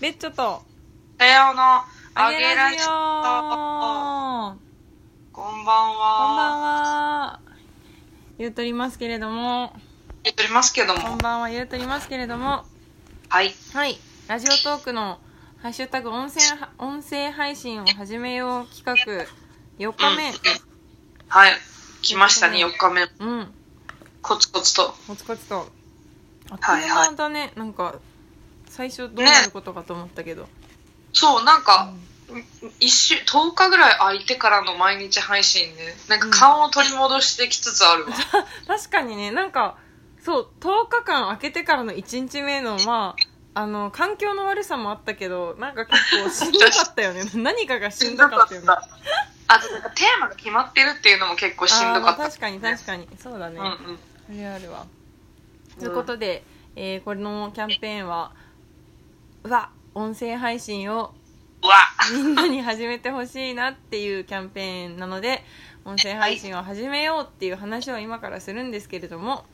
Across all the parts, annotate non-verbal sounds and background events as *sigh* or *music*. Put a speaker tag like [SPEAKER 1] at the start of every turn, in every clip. [SPEAKER 1] ベッチョと、
[SPEAKER 2] さようの
[SPEAKER 1] あ
[SPEAKER 2] あ
[SPEAKER 1] げ
[SPEAKER 2] げ
[SPEAKER 1] ラ
[SPEAKER 2] ラ
[SPEAKER 1] ジ
[SPEAKER 2] ジ
[SPEAKER 1] オこん
[SPEAKER 2] オ
[SPEAKER 1] ばん
[SPEAKER 2] こんばんは。
[SPEAKER 1] は。言うとりますけれども、
[SPEAKER 2] 言っておりますけど
[SPEAKER 1] こん
[SPEAKER 2] も。
[SPEAKER 1] ばんは言うとりますけれども、
[SPEAKER 2] はい。
[SPEAKER 1] はい、ラジオトークの、ハッシュタグ音声、音声配信を始めよう企画、4日
[SPEAKER 2] はい。来ましたね、4日目。
[SPEAKER 1] 目。うん、
[SPEAKER 2] コツコツと。
[SPEAKER 1] コツコツと。あっと
[SPEAKER 2] はいいうはい
[SPEAKER 1] 間だね、なんか、最初どうなることかと思ったけど。
[SPEAKER 2] そう、なんか、一週、10日ぐらい空いてからの毎日配信で、なんか顔を取り戻してきつつあ
[SPEAKER 1] *laughs*
[SPEAKER 2] るわ。
[SPEAKER 1] 確かにねなんかそう10日間空けてからの1日目のまああの環境の悪さもあったけどなんか結構しんどかったよね何かがしんどかったよね
[SPEAKER 2] あと、なんかテーマが決まってるっていうのも結構しんどか
[SPEAKER 1] あーまあ
[SPEAKER 2] っ
[SPEAKER 1] 確かに確かにそうだね、
[SPEAKER 2] た。うんうん。
[SPEAKER 1] あるあるわ、
[SPEAKER 2] うん
[SPEAKER 1] ということで、えーこれのキャンペーンは「うわ音声配信を
[SPEAKER 2] うわ
[SPEAKER 1] みんなに始めてほしいな」っていうキャンペーンなので音声配信を始めようっていう話を今からするんですけれども、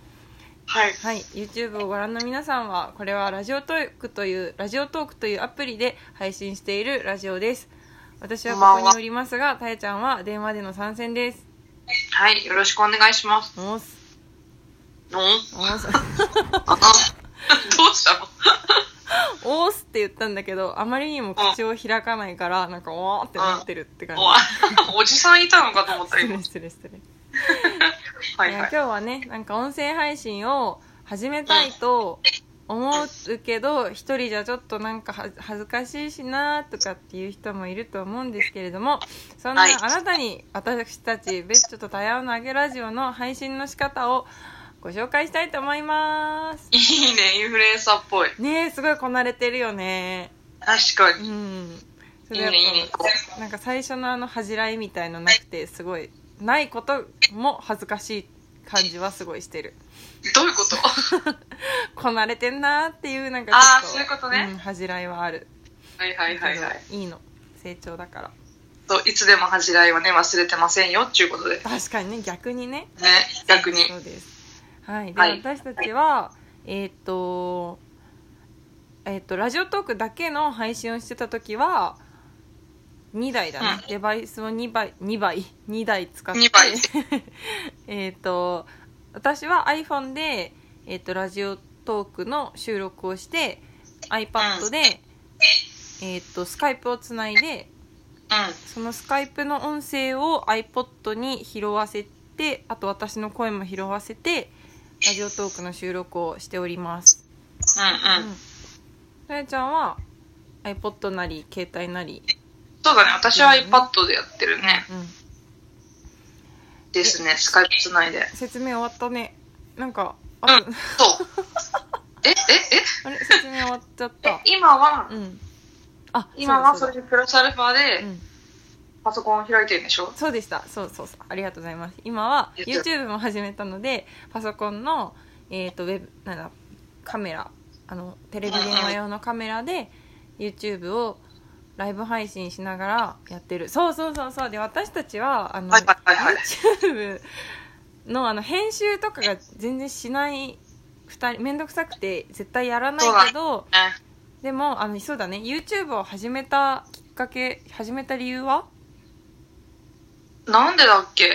[SPEAKER 2] はい。
[SPEAKER 1] はい、YouTube をご覧の皆さんはこれはラジオトークというラジオトークというアプリで配信しているラジオです私はここにおりますがたえちゃんは電話での参戦です
[SPEAKER 2] はい。よろしくお願いします。
[SPEAKER 1] おーす
[SPEAKER 2] うん
[SPEAKER 1] おーす
[SPEAKER 2] あ *laughs* どうしたの
[SPEAKER 1] *laughs* おーすって言ったんだけどあまりにも口を開かないからなんかおーってなってるって感じ
[SPEAKER 2] おあおじさんいたのかと思った
[SPEAKER 1] 失
[SPEAKER 2] 今
[SPEAKER 1] 礼。失礼失礼
[SPEAKER 2] はい
[SPEAKER 1] いや
[SPEAKER 2] はい。
[SPEAKER 1] 今日はねなんか音声配信を始めたいと思うけど一人じゃちょっとなんかは恥ずかしいしなとかっていう人もいると思うんですけれどもそんな
[SPEAKER 2] はい
[SPEAKER 1] あなたに私たち「ベッチョと多様なあげラジオ」の配信の仕方をご紹介したいと思います
[SPEAKER 2] いいね、インフルエンサーっぽい。
[SPEAKER 1] ねえすごいこなれてるよね
[SPEAKER 2] 確か
[SPEAKER 1] う
[SPEAKER 2] に。
[SPEAKER 1] んそ
[SPEAKER 2] いい
[SPEAKER 1] れやっ
[SPEAKER 2] ね、いいね。
[SPEAKER 1] ぱなんか最初のあの恥じらいみたいのなくてすごいないことも恥ずかしい感じはすごいしてる
[SPEAKER 2] どうい
[SPEAKER 1] *laughs*
[SPEAKER 2] うことは
[SPEAKER 1] こなれてんなーっていうなんか
[SPEAKER 2] あー
[SPEAKER 1] ちょっ
[SPEAKER 2] そういうことね
[SPEAKER 1] ん恥じらいはある
[SPEAKER 2] いはいはいはい。
[SPEAKER 1] いいの成長だから
[SPEAKER 2] そういつでも恥じらいはね、忘れてませんよっていうことで。ね、
[SPEAKER 1] 確かにね逆にね
[SPEAKER 2] 逆に。
[SPEAKER 1] そうですはいで、
[SPEAKER 2] はい
[SPEAKER 1] 私たちはえーっとえーっとラジオトークだけの配信をしてた時は2台だね、
[SPEAKER 2] う
[SPEAKER 1] デバイスを2倍2倍2台使って
[SPEAKER 2] 2倍
[SPEAKER 1] *laughs* えーっと私は iPhone で、えーっとラジオトークの収録をして iPad で、えーっとスカイプをつないで
[SPEAKER 2] う
[SPEAKER 1] そのスカイプの音声を iPod に拾わせてあと私の声も拾わせてラジオトークの収録をしております
[SPEAKER 2] ん。
[SPEAKER 1] う
[SPEAKER 2] うんうん。
[SPEAKER 1] さやちゃんは iPod なり携帯なり
[SPEAKER 2] そうだね、私は iPad でやってるね。
[SPEAKER 1] うん
[SPEAKER 2] ですね、スカイプつないで。
[SPEAKER 1] 説明終わったねなんか
[SPEAKER 2] う
[SPEAKER 1] あ
[SPEAKER 2] ん、そう。え、え、
[SPEAKER 1] *laughs* あれ説明終わっちゃっ
[SPEAKER 2] え
[SPEAKER 1] た
[SPEAKER 2] え今は
[SPEAKER 1] う、んあ
[SPEAKER 2] 今は
[SPEAKER 1] そ
[SPEAKER 2] そう
[SPEAKER 1] だ
[SPEAKER 2] れでプラスアルファ
[SPEAKER 1] そうだう
[SPEAKER 2] で
[SPEAKER 1] ん
[SPEAKER 2] パソコンを開いてるんでしょ
[SPEAKER 1] そうでしたそうそうそうありがとうございます今は
[SPEAKER 2] やった
[SPEAKER 1] YouTube も始めたのでパソコンの、えー、とウェブなんだカメラあのテレビ電話用のカメラで YouTube をライブ配信しながらやってるそうそうそうそうで私たちはあの、
[SPEAKER 2] はいはいはいはい
[SPEAKER 1] YouTube のあの編集とかが全然しない2人面倒くさくて絶対やらないけど
[SPEAKER 2] ね。
[SPEAKER 1] でもあのそうだね YouTube を始めたきっかけ始めた理由は
[SPEAKER 2] なんでだっ
[SPEAKER 1] *laughs*
[SPEAKER 2] け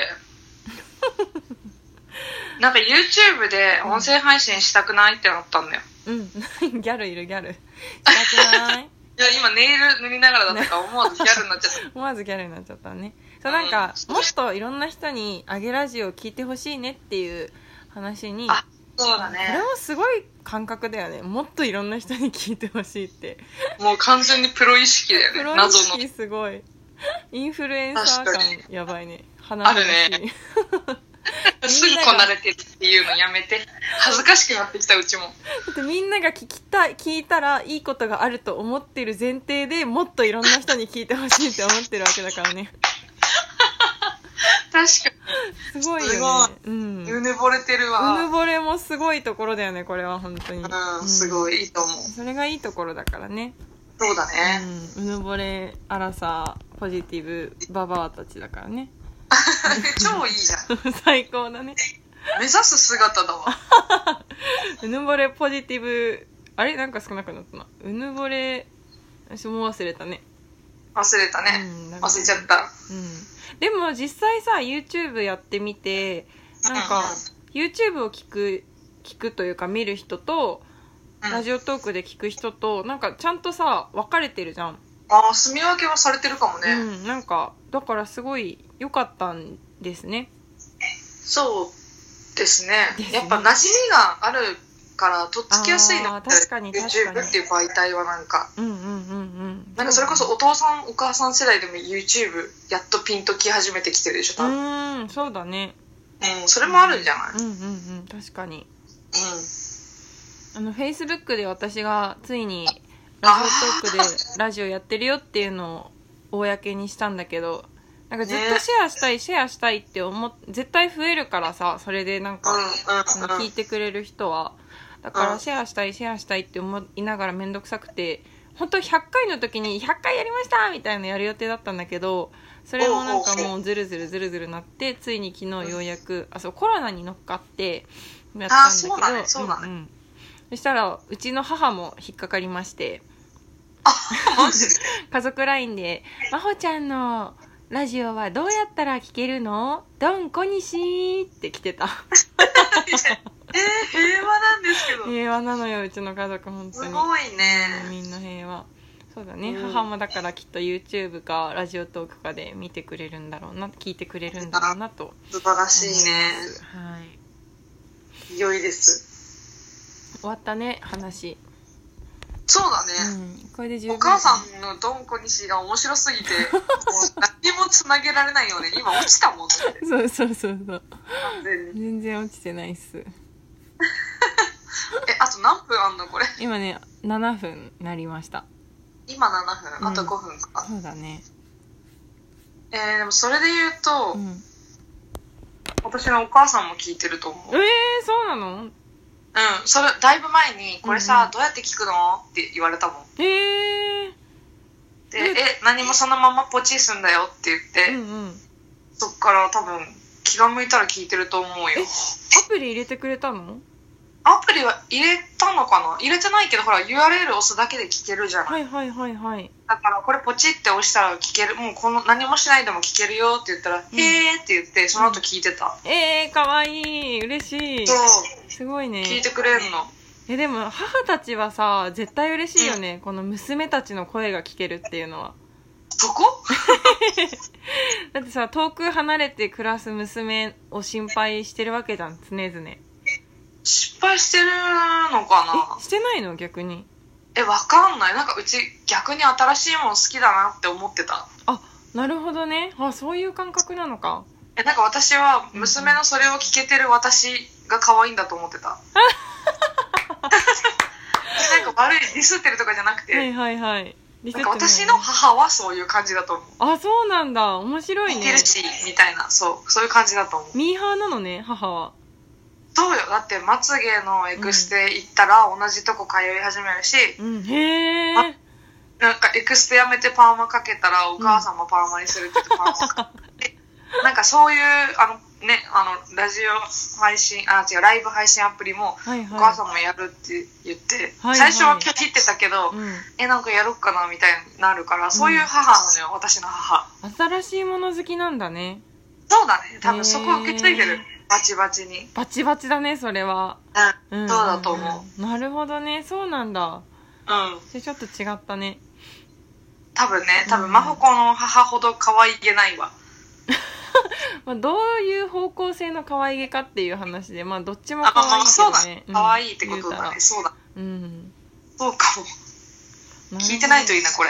[SPEAKER 2] なんか YouTube で音声配信したくないってなったんだよ。
[SPEAKER 1] うん、 *laughs* ギャルいるギャル。したくない。 *laughs*
[SPEAKER 2] いや、今ネイル塗りながらだったから思わずギャルになっちゃっ
[SPEAKER 1] 思わずギャルになっちゃったね。そう、なんか、もっといろんな人に、あげラジオを聞いてほしいねっていう話に、
[SPEAKER 2] あた。そうだ
[SPEAKER 1] これ
[SPEAKER 2] ね。
[SPEAKER 1] もすごい感覚だよね。もっといろんな人に聞いてほしいって。
[SPEAKER 2] もう完全にプロ意識だよ
[SPEAKER 1] プ
[SPEAKER 2] ね。
[SPEAKER 1] ロ意
[SPEAKER 2] 謎の。
[SPEAKER 1] 識すごい。 *laughs* インフルエンサー
[SPEAKER 2] 確
[SPEAKER 1] 感
[SPEAKER 2] かに、
[SPEAKER 1] やばいね。話々
[SPEAKER 2] あ *laughs* るすぐこなれてるっていうのやめて。恥ずかしくなってきたうちも。
[SPEAKER 1] だってみんなが聞きたい、聞いたらいいことがあると思ってる前提でもっといろんな人に聞いてほしいって思ってるわけだからね。
[SPEAKER 2] 確か
[SPEAKER 1] すごいよね。
[SPEAKER 2] すごい
[SPEAKER 1] うん
[SPEAKER 2] に。うぬぼれてる
[SPEAKER 1] うぬ
[SPEAKER 2] わ。
[SPEAKER 1] ぼれもすごいところだよねこれは本当に
[SPEAKER 2] うん、す
[SPEAKER 1] い
[SPEAKER 2] ごいいいと思う。
[SPEAKER 1] それがいいところだからね、
[SPEAKER 2] そうだね。
[SPEAKER 1] うん、うぬぼれアラサーポジティブババアたちだからね
[SPEAKER 2] *laughs*
[SPEAKER 1] *laughs*
[SPEAKER 2] 超いいじゃん。
[SPEAKER 1] 最高だね
[SPEAKER 2] 目指す姿だわ。
[SPEAKER 1] うぬぼれポジティブあれなんか少なくなったなうぬぼれ私も忘れたね
[SPEAKER 2] 忘れたね。
[SPEAKER 1] うんなんか
[SPEAKER 2] 忘れちゃった。
[SPEAKER 1] うん、でも実際さ YouTube やってみてなんか YouTube を聞く聞くというか見る人と
[SPEAKER 2] うん
[SPEAKER 1] ラジオトークで聞く人となんかちゃんとさ分かれてるじゃん、
[SPEAKER 2] ああ、住み分けはされてるかもね。
[SPEAKER 1] うん、なんかだからすごい良かったんですね
[SPEAKER 2] そうですね
[SPEAKER 1] ですね
[SPEAKER 2] やっぱ馴染みがあるから、とっつきやすいの
[SPEAKER 1] あー確かに確かに
[SPEAKER 2] YouTube っていう媒体はなんか。
[SPEAKER 1] うんうんうんうん
[SPEAKER 2] なんかそれこそお父さんお母さん世代でも YouTube やっとピンとき始めてきてるでしょ
[SPEAKER 1] う
[SPEAKER 2] 多分、
[SPEAKER 1] んそうだね
[SPEAKER 2] うん、それもあるんじゃない
[SPEAKER 1] うんうんうん確かに
[SPEAKER 2] うん、
[SPEAKER 1] あの Facebook で私がついにラジオトークでラジオやってるよっていうのを公にしたんだけどなんかずっと
[SPEAKER 2] ね
[SPEAKER 1] シェアしたい、シェアしたいって思っ絶対増えるからさそれでなんか、その
[SPEAKER 2] うんうんうん
[SPEAKER 1] 聞いてくれる人はだか
[SPEAKER 2] う
[SPEAKER 1] ら
[SPEAKER 2] ん
[SPEAKER 1] シェアしたいシェアしたいって思いながら面倒くさくて本当100回の時に100回やりましたみたいなのやる予定だったんだけどそれもなんかもうずるずるずるずるなってついに昨日ようやくあそうコロナに乗っかってやったんだけど
[SPEAKER 2] あそうだねそうだね
[SPEAKER 1] んんそしたらうちの母も引っかかりまして
[SPEAKER 2] マジで
[SPEAKER 1] 家族 LINE で「真帆ちゃんのラジオはどうやったら聞けるのどんこにし」って来てた
[SPEAKER 2] *laughs* えー、平和なんですけど、
[SPEAKER 1] 平和なのようちの家族本当
[SPEAKER 2] す
[SPEAKER 1] に。
[SPEAKER 2] ごいね
[SPEAKER 1] みんな平和そうだね、
[SPEAKER 2] うん
[SPEAKER 1] 母もだからきっと YouTube かラジオトークかで見てくれるんだろうな聞いてくれるんだろうなと
[SPEAKER 2] 素晴らしいね
[SPEAKER 1] はい
[SPEAKER 2] 良いです
[SPEAKER 1] 終わったね話、
[SPEAKER 2] そうだね、
[SPEAKER 1] うん、これで十分
[SPEAKER 2] お母さんのどんこにしが面白
[SPEAKER 1] *laughs*
[SPEAKER 2] すぎて、もう何もつなげられないよね。今落ちたもんね。
[SPEAKER 1] そうそうそうそう
[SPEAKER 2] 完全に
[SPEAKER 1] 全然落ちてないっす
[SPEAKER 2] え、あと何分あんのこれ。
[SPEAKER 1] 今ね7分なりました
[SPEAKER 2] 今7分、あと
[SPEAKER 1] うん
[SPEAKER 2] 5分か。
[SPEAKER 1] そうだね
[SPEAKER 2] えー、でもそれで言うと、
[SPEAKER 1] うん
[SPEAKER 2] 私のお母さんも聞いてると思う。
[SPEAKER 1] え
[SPEAKER 2] うん、
[SPEAKER 1] ー、そうなの
[SPEAKER 2] それ、だいぶ前に、これ
[SPEAKER 1] うん
[SPEAKER 2] さ、
[SPEAKER 1] うん
[SPEAKER 2] どうやって聞くのって言われたもん。
[SPEAKER 1] えー
[SPEAKER 2] で、
[SPEAKER 1] うん
[SPEAKER 2] え、何もそのままポチすんだよって言って、
[SPEAKER 1] うんうん
[SPEAKER 2] そっから多分、気が向いたら聞いてると思うよ。
[SPEAKER 1] えアプリ入れてくれたの
[SPEAKER 2] アプリは入れたのかな入れてないけど、ほら、URL 押すだけで聞けるじゃない。
[SPEAKER 1] はいはいはいはい
[SPEAKER 2] だからこれポチって押したら聞けるもうこの何もしないでも聞けるよって言ったら「
[SPEAKER 1] うん
[SPEAKER 2] へーって言ってその後聞いてた、
[SPEAKER 1] えー、かわいい嬉しい
[SPEAKER 2] そう
[SPEAKER 1] すごいね
[SPEAKER 2] 聞いてくれんの
[SPEAKER 1] えでも母たちはさ絶対嬉しいよね、この娘たちの声が聞けるっていうのは
[SPEAKER 2] そこ
[SPEAKER 1] だってさ遠く離れて暮らす娘を心配してるわけじゃん常々え
[SPEAKER 2] 失敗してるのかな
[SPEAKER 1] してないの逆に
[SPEAKER 2] えわかんないなんかうち逆に新しいもの好きだなって思ってた
[SPEAKER 1] なるほどねあそういう感覚なのか
[SPEAKER 2] えなんか私は娘のそれを聞けてる私が可愛いんだと思ってたなんか悪いディスってるとかじゃなくて、
[SPEAKER 1] はいはいはいリ
[SPEAKER 2] なんか私の母はそういう感じだと思う
[SPEAKER 1] あそうなんだ面白い
[SPEAKER 2] ヘ
[SPEAKER 1] ね
[SPEAKER 2] ルシーみたいなそうそういう感じだと思う
[SPEAKER 1] ミーハーなのね母は
[SPEAKER 2] そうよだってまつげのエクステ行ったら同じとこ通い始めるし、
[SPEAKER 1] うんへえ
[SPEAKER 2] あなんかエクステやめてパーマかけたらお母さんもパーマにするって言ってパーマか
[SPEAKER 1] *laughs*
[SPEAKER 2] けて、なんかそういうあのねあのラジオ配信あ違うライブ配信アプリも
[SPEAKER 1] はい
[SPEAKER 2] お母さ
[SPEAKER 1] は
[SPEAKER 2] んもやるって言って、
[SPEAKER 1] はい
[SPEAKER 2] 最初は拒否ってたけど、
[SPEAKER 1] い、うん、
[SPEAKER 2] えなんかやろっかなみたいになるからそういう母なのよ、私の母
[SPEAKER 1] 新しいもの好きなんだね
[SPEAKER 2] そうだね多分そこ受け継いで
[SPEAKER 1] へ
[SPEAKER 2] る
[SPEAKER 1] ー
[SPEAKER 2] バチバチに
[SPEAKER 1] バチバチだねそれは
[SPEAKER 2] うん
[SPEAKER 1] うん
[SPEAKER 2] そうだと思
[SPEAKER 1] うなるほどねそうなんだ
[SPEAKER 2] うん
[SPEAKER 1] それちょっと違ったね
[SPEAKER 2] 多分ね多
[SPEAKER 1] う
[SPEAKER 2] 分
[SPEAKER 1] ん
[SPEAKER 2] 真帆子の母ほど可愛げないわ
[SPEAKER 1] まあ、どういう方向性の可愛げかっていう話で、まあ、どっちも
[SPEAKER 2] あ、まあ
[SPEAKER 1] 可
[SPEAKER 2] ま
[SPEAKER 1] 愛
[SPEAKER 2] あ、
[SPEAKER 1] い
[SPEAKER 2] そうだ
[SPEAKER 1] けどね
[SPEAKER 2] ね。。
[SPEAKER 1] うん
[SPEAKER 2] 可愛いってことだ
[SPEAKER 1] 言
[SPEAKER 2] ね。そうだ。
[SPEAKER 1] うたらうん。
[SPEAKER 2] そうかも。聞いてないといいな、これ。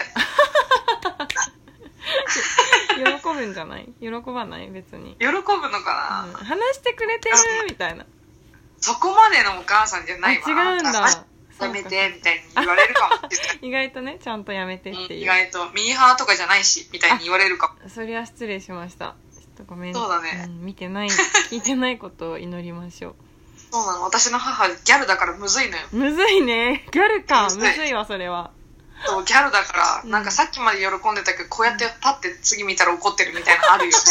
[SPEAKER 1] 喜ぶんじゃない喜ばない別に、
[SPEAKER 2] 喜ぶの
[SPEAKER 1] う
[SPEAKER 2] かな、
[SPEAKER 1] ん話してくれてるみたいな。
[SPEAKER 2] そこまでのお母さんじゃ
[SPEAKER 1] あ、
[SPEAKER 2] ないわ。
[SPEAKER 1] 違うんだ。
[SPEAKER 2] あ
[SPEAKER 1] そうか
[SPEAKER 2] やめて、みたいに言われるか
[SPEAKER 1] *laughs*
[SPEAKER 2] もしれない
[SPEAKER 1] 意外とね、ちゃんとやめてっ
[SPEAKER 2] うん
[SPEAKER 1] てい
[SPEAKER 2] 意
[SPEAKER 1] う。
[SPEAKER 2] 外と、ミーハーとかじゃないし、みたいに言われるかも。
[SPEAKER 1] そりゃ失礼しました。ちょっとごめん。
[SPEAKER 2] そうだね
[SPEAKER 1] ん見てない、聞いてないことを祈りましょ
[SPEAKER 2] そうなの。私の母、ギャルだからむずいのよ。
[SPEAKER 1] う。むずいね。ギャルか。
[SPEAKER 2] む
[SPEAKER 1] む
[SPEAKER 2] ず
[SPEAKER 1] ず
[SPEAKER 2] い
[SPEAKER 1] いわ、それは。
[SPEAKER 2] そう、ギャルだから、
[SPEAKER 1] うん
[SPEAKER 2] なんかさっきまで喜んでたけど、こうやってパッて次見たら怒ってるみたいなのあるよね。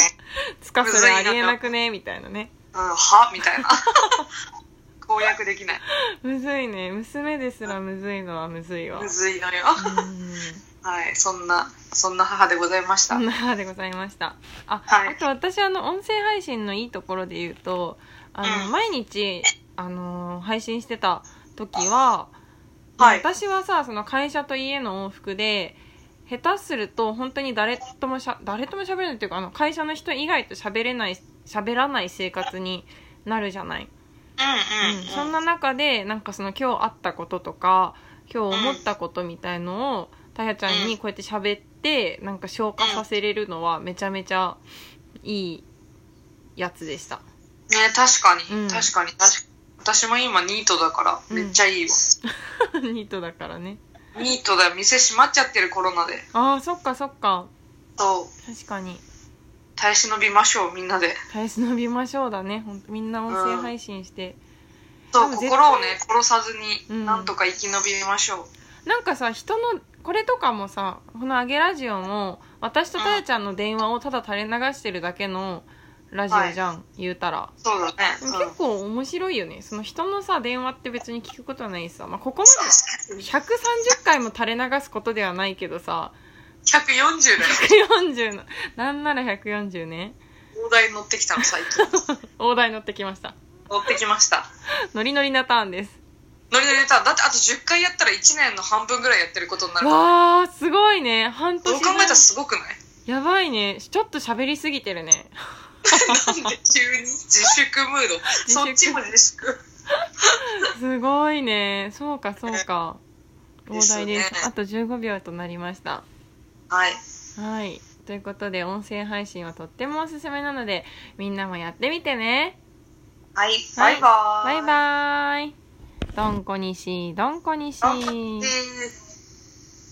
[SPEAKER 1] つか
[SPEAKER 2] むず
[SPEAKER 1] そ
[SPEAKER 2] い
[SPEAKER 1] れ
[SPEAKER 2] な
[SPEAKER 1] ありえなくねみたいなね。
[SPEAKER 2] うん、はみ
[SPEAKER 1] *laughs*
[SPEAKER 2] たいな。公約できない。
[SPEAKER 1] むずいね。娘ですらむずいのはむずいわ。
[SPEAKER 2] むずいのよ。
[SPEAKER 1] うん
[SPEAKER 2] はい、そんな、そんな母でございました。
[SPEAKER 1] そ
[SPEAKER 2] は
[SPEAKER 1] ん
[SPEAKER 2] い。
[SPEAKER 1] な母でございました。あ、
[SPEAKER 2] はい
[SPEAKER 1] あと私あの音声配信のいいところで言うと、あの、
[SPEAKER 2] うん
[SPEAKER 1] 毎日あの配信してた時は、
[SPEAKER 2] はい
[SPEAKER 1] 私はさその会社と家の往復で下手すると本当に誰ともしゃ誰とも喋れないっていうかあの会社の人以外と喋れない喋らない生活になるじゃない。
[SPEAKER 2] うんうん。
[SPEAKER 1] そんな中でなんかその今日あったこととか今日思ったことみたいのをたやちゃんにこうやって喋ってなんか消化させれるのはめちゃめちゃいいやつで *laughs* した
[SPEAKER 2] ね、確かに、
[SPEAKER 1] うん
[SPEAKER 2] 確かに、確かに。私も今ニートだから、
[SPEAKER 1] うん
[SPEAKER 2] めっちゃいいわ。
[SPEAKER 1] ニートだからね
[SPEAKER 2] ニートだよ、店閉まっちゃってるコロナで。
[SPEAKER 1] あーそっかそっか
[SPEAKER 2] そう、
[SPEAKER 1] 確かに
[SPEAKER 2] 耐え忍びましょう、みんなで。
[SPEAKER 1] 耐え忍びましょうだねほんとみんな音声配信して、
[SPEAKER 2] そう、
[SPEAKER 1] でも絶対
[SPEAKER 2] 心をね、殺さず
[SPEAKER 1] う
[SPEAKER 2] に、
[SPEAKER 1] ん
[SPEAKER 2] なんとか生き延びましょう。
[SPEAKER 1] なんかさ人のこれとかもさこの「あげラジオ」も私とたやちゃんの電話をただ垂れ流してるだけのラジオじゃん、言うたら
[SPEAKER 2] そうだね。
[SPEAKER 1] で
[SPEAKER 2] うん
[SPEAKER 1] も。結構面白いよねその人のさ電話って別に聞くことはないしさ、まあ、ここまで130回も垂れ流すことではないけどさ
[SPEAKER 2] 140だよ。
[SPEAKER 1] 140のなんなら140ね
[SPEAKER 2] 大台乗ってきたの、最 *laughs* 近。
[SPEAKER 1] 大台乗ってきました
[SPEAKER 2] 乗ってきました。
[SPEAKER 1] ノリノリなターンです
[SPEAKER 2] ノリノリ歌、だってあと10回やったら1年の半分ぐらいやってることになるから。
[SPEAKER 1] わーすごいね半年
[SPEAKER 2] どう
[SPEAKER 1] 分
[SPEAKER 2] 考えたらすごくない *laughs*
[SPEAKER 1] やばいねちょっと喋りすぎてるね *laughs*
[SPEAKER 2] なんで急に自粛ムード。
[SPEAKER 1] 粛
[SPEAKER 2] そっちも自粛。
[SPEAKER 1] すごいねそうかそうか大台で
[SPEAKER 2] です
[SPEAKER 1] す
[SPEAKER 2] ね
[SPEAKER 1] あと15秒となりました
[SPEAKER 2] はい。
[SPEAKER 1] はいということで音声配信はとってもおすすめなのでみんなもやってみてね
[SPEAKER 2] はい。
[SPEAKER 1] は
[SPEAKER 2] バ
[SPEAKER 1] い
[SPEAKER 2] イバーイ。哦
[SPEAKER 1] バイバーイ。どんこにし、どんこにし。
[SPEAKER 2] イ。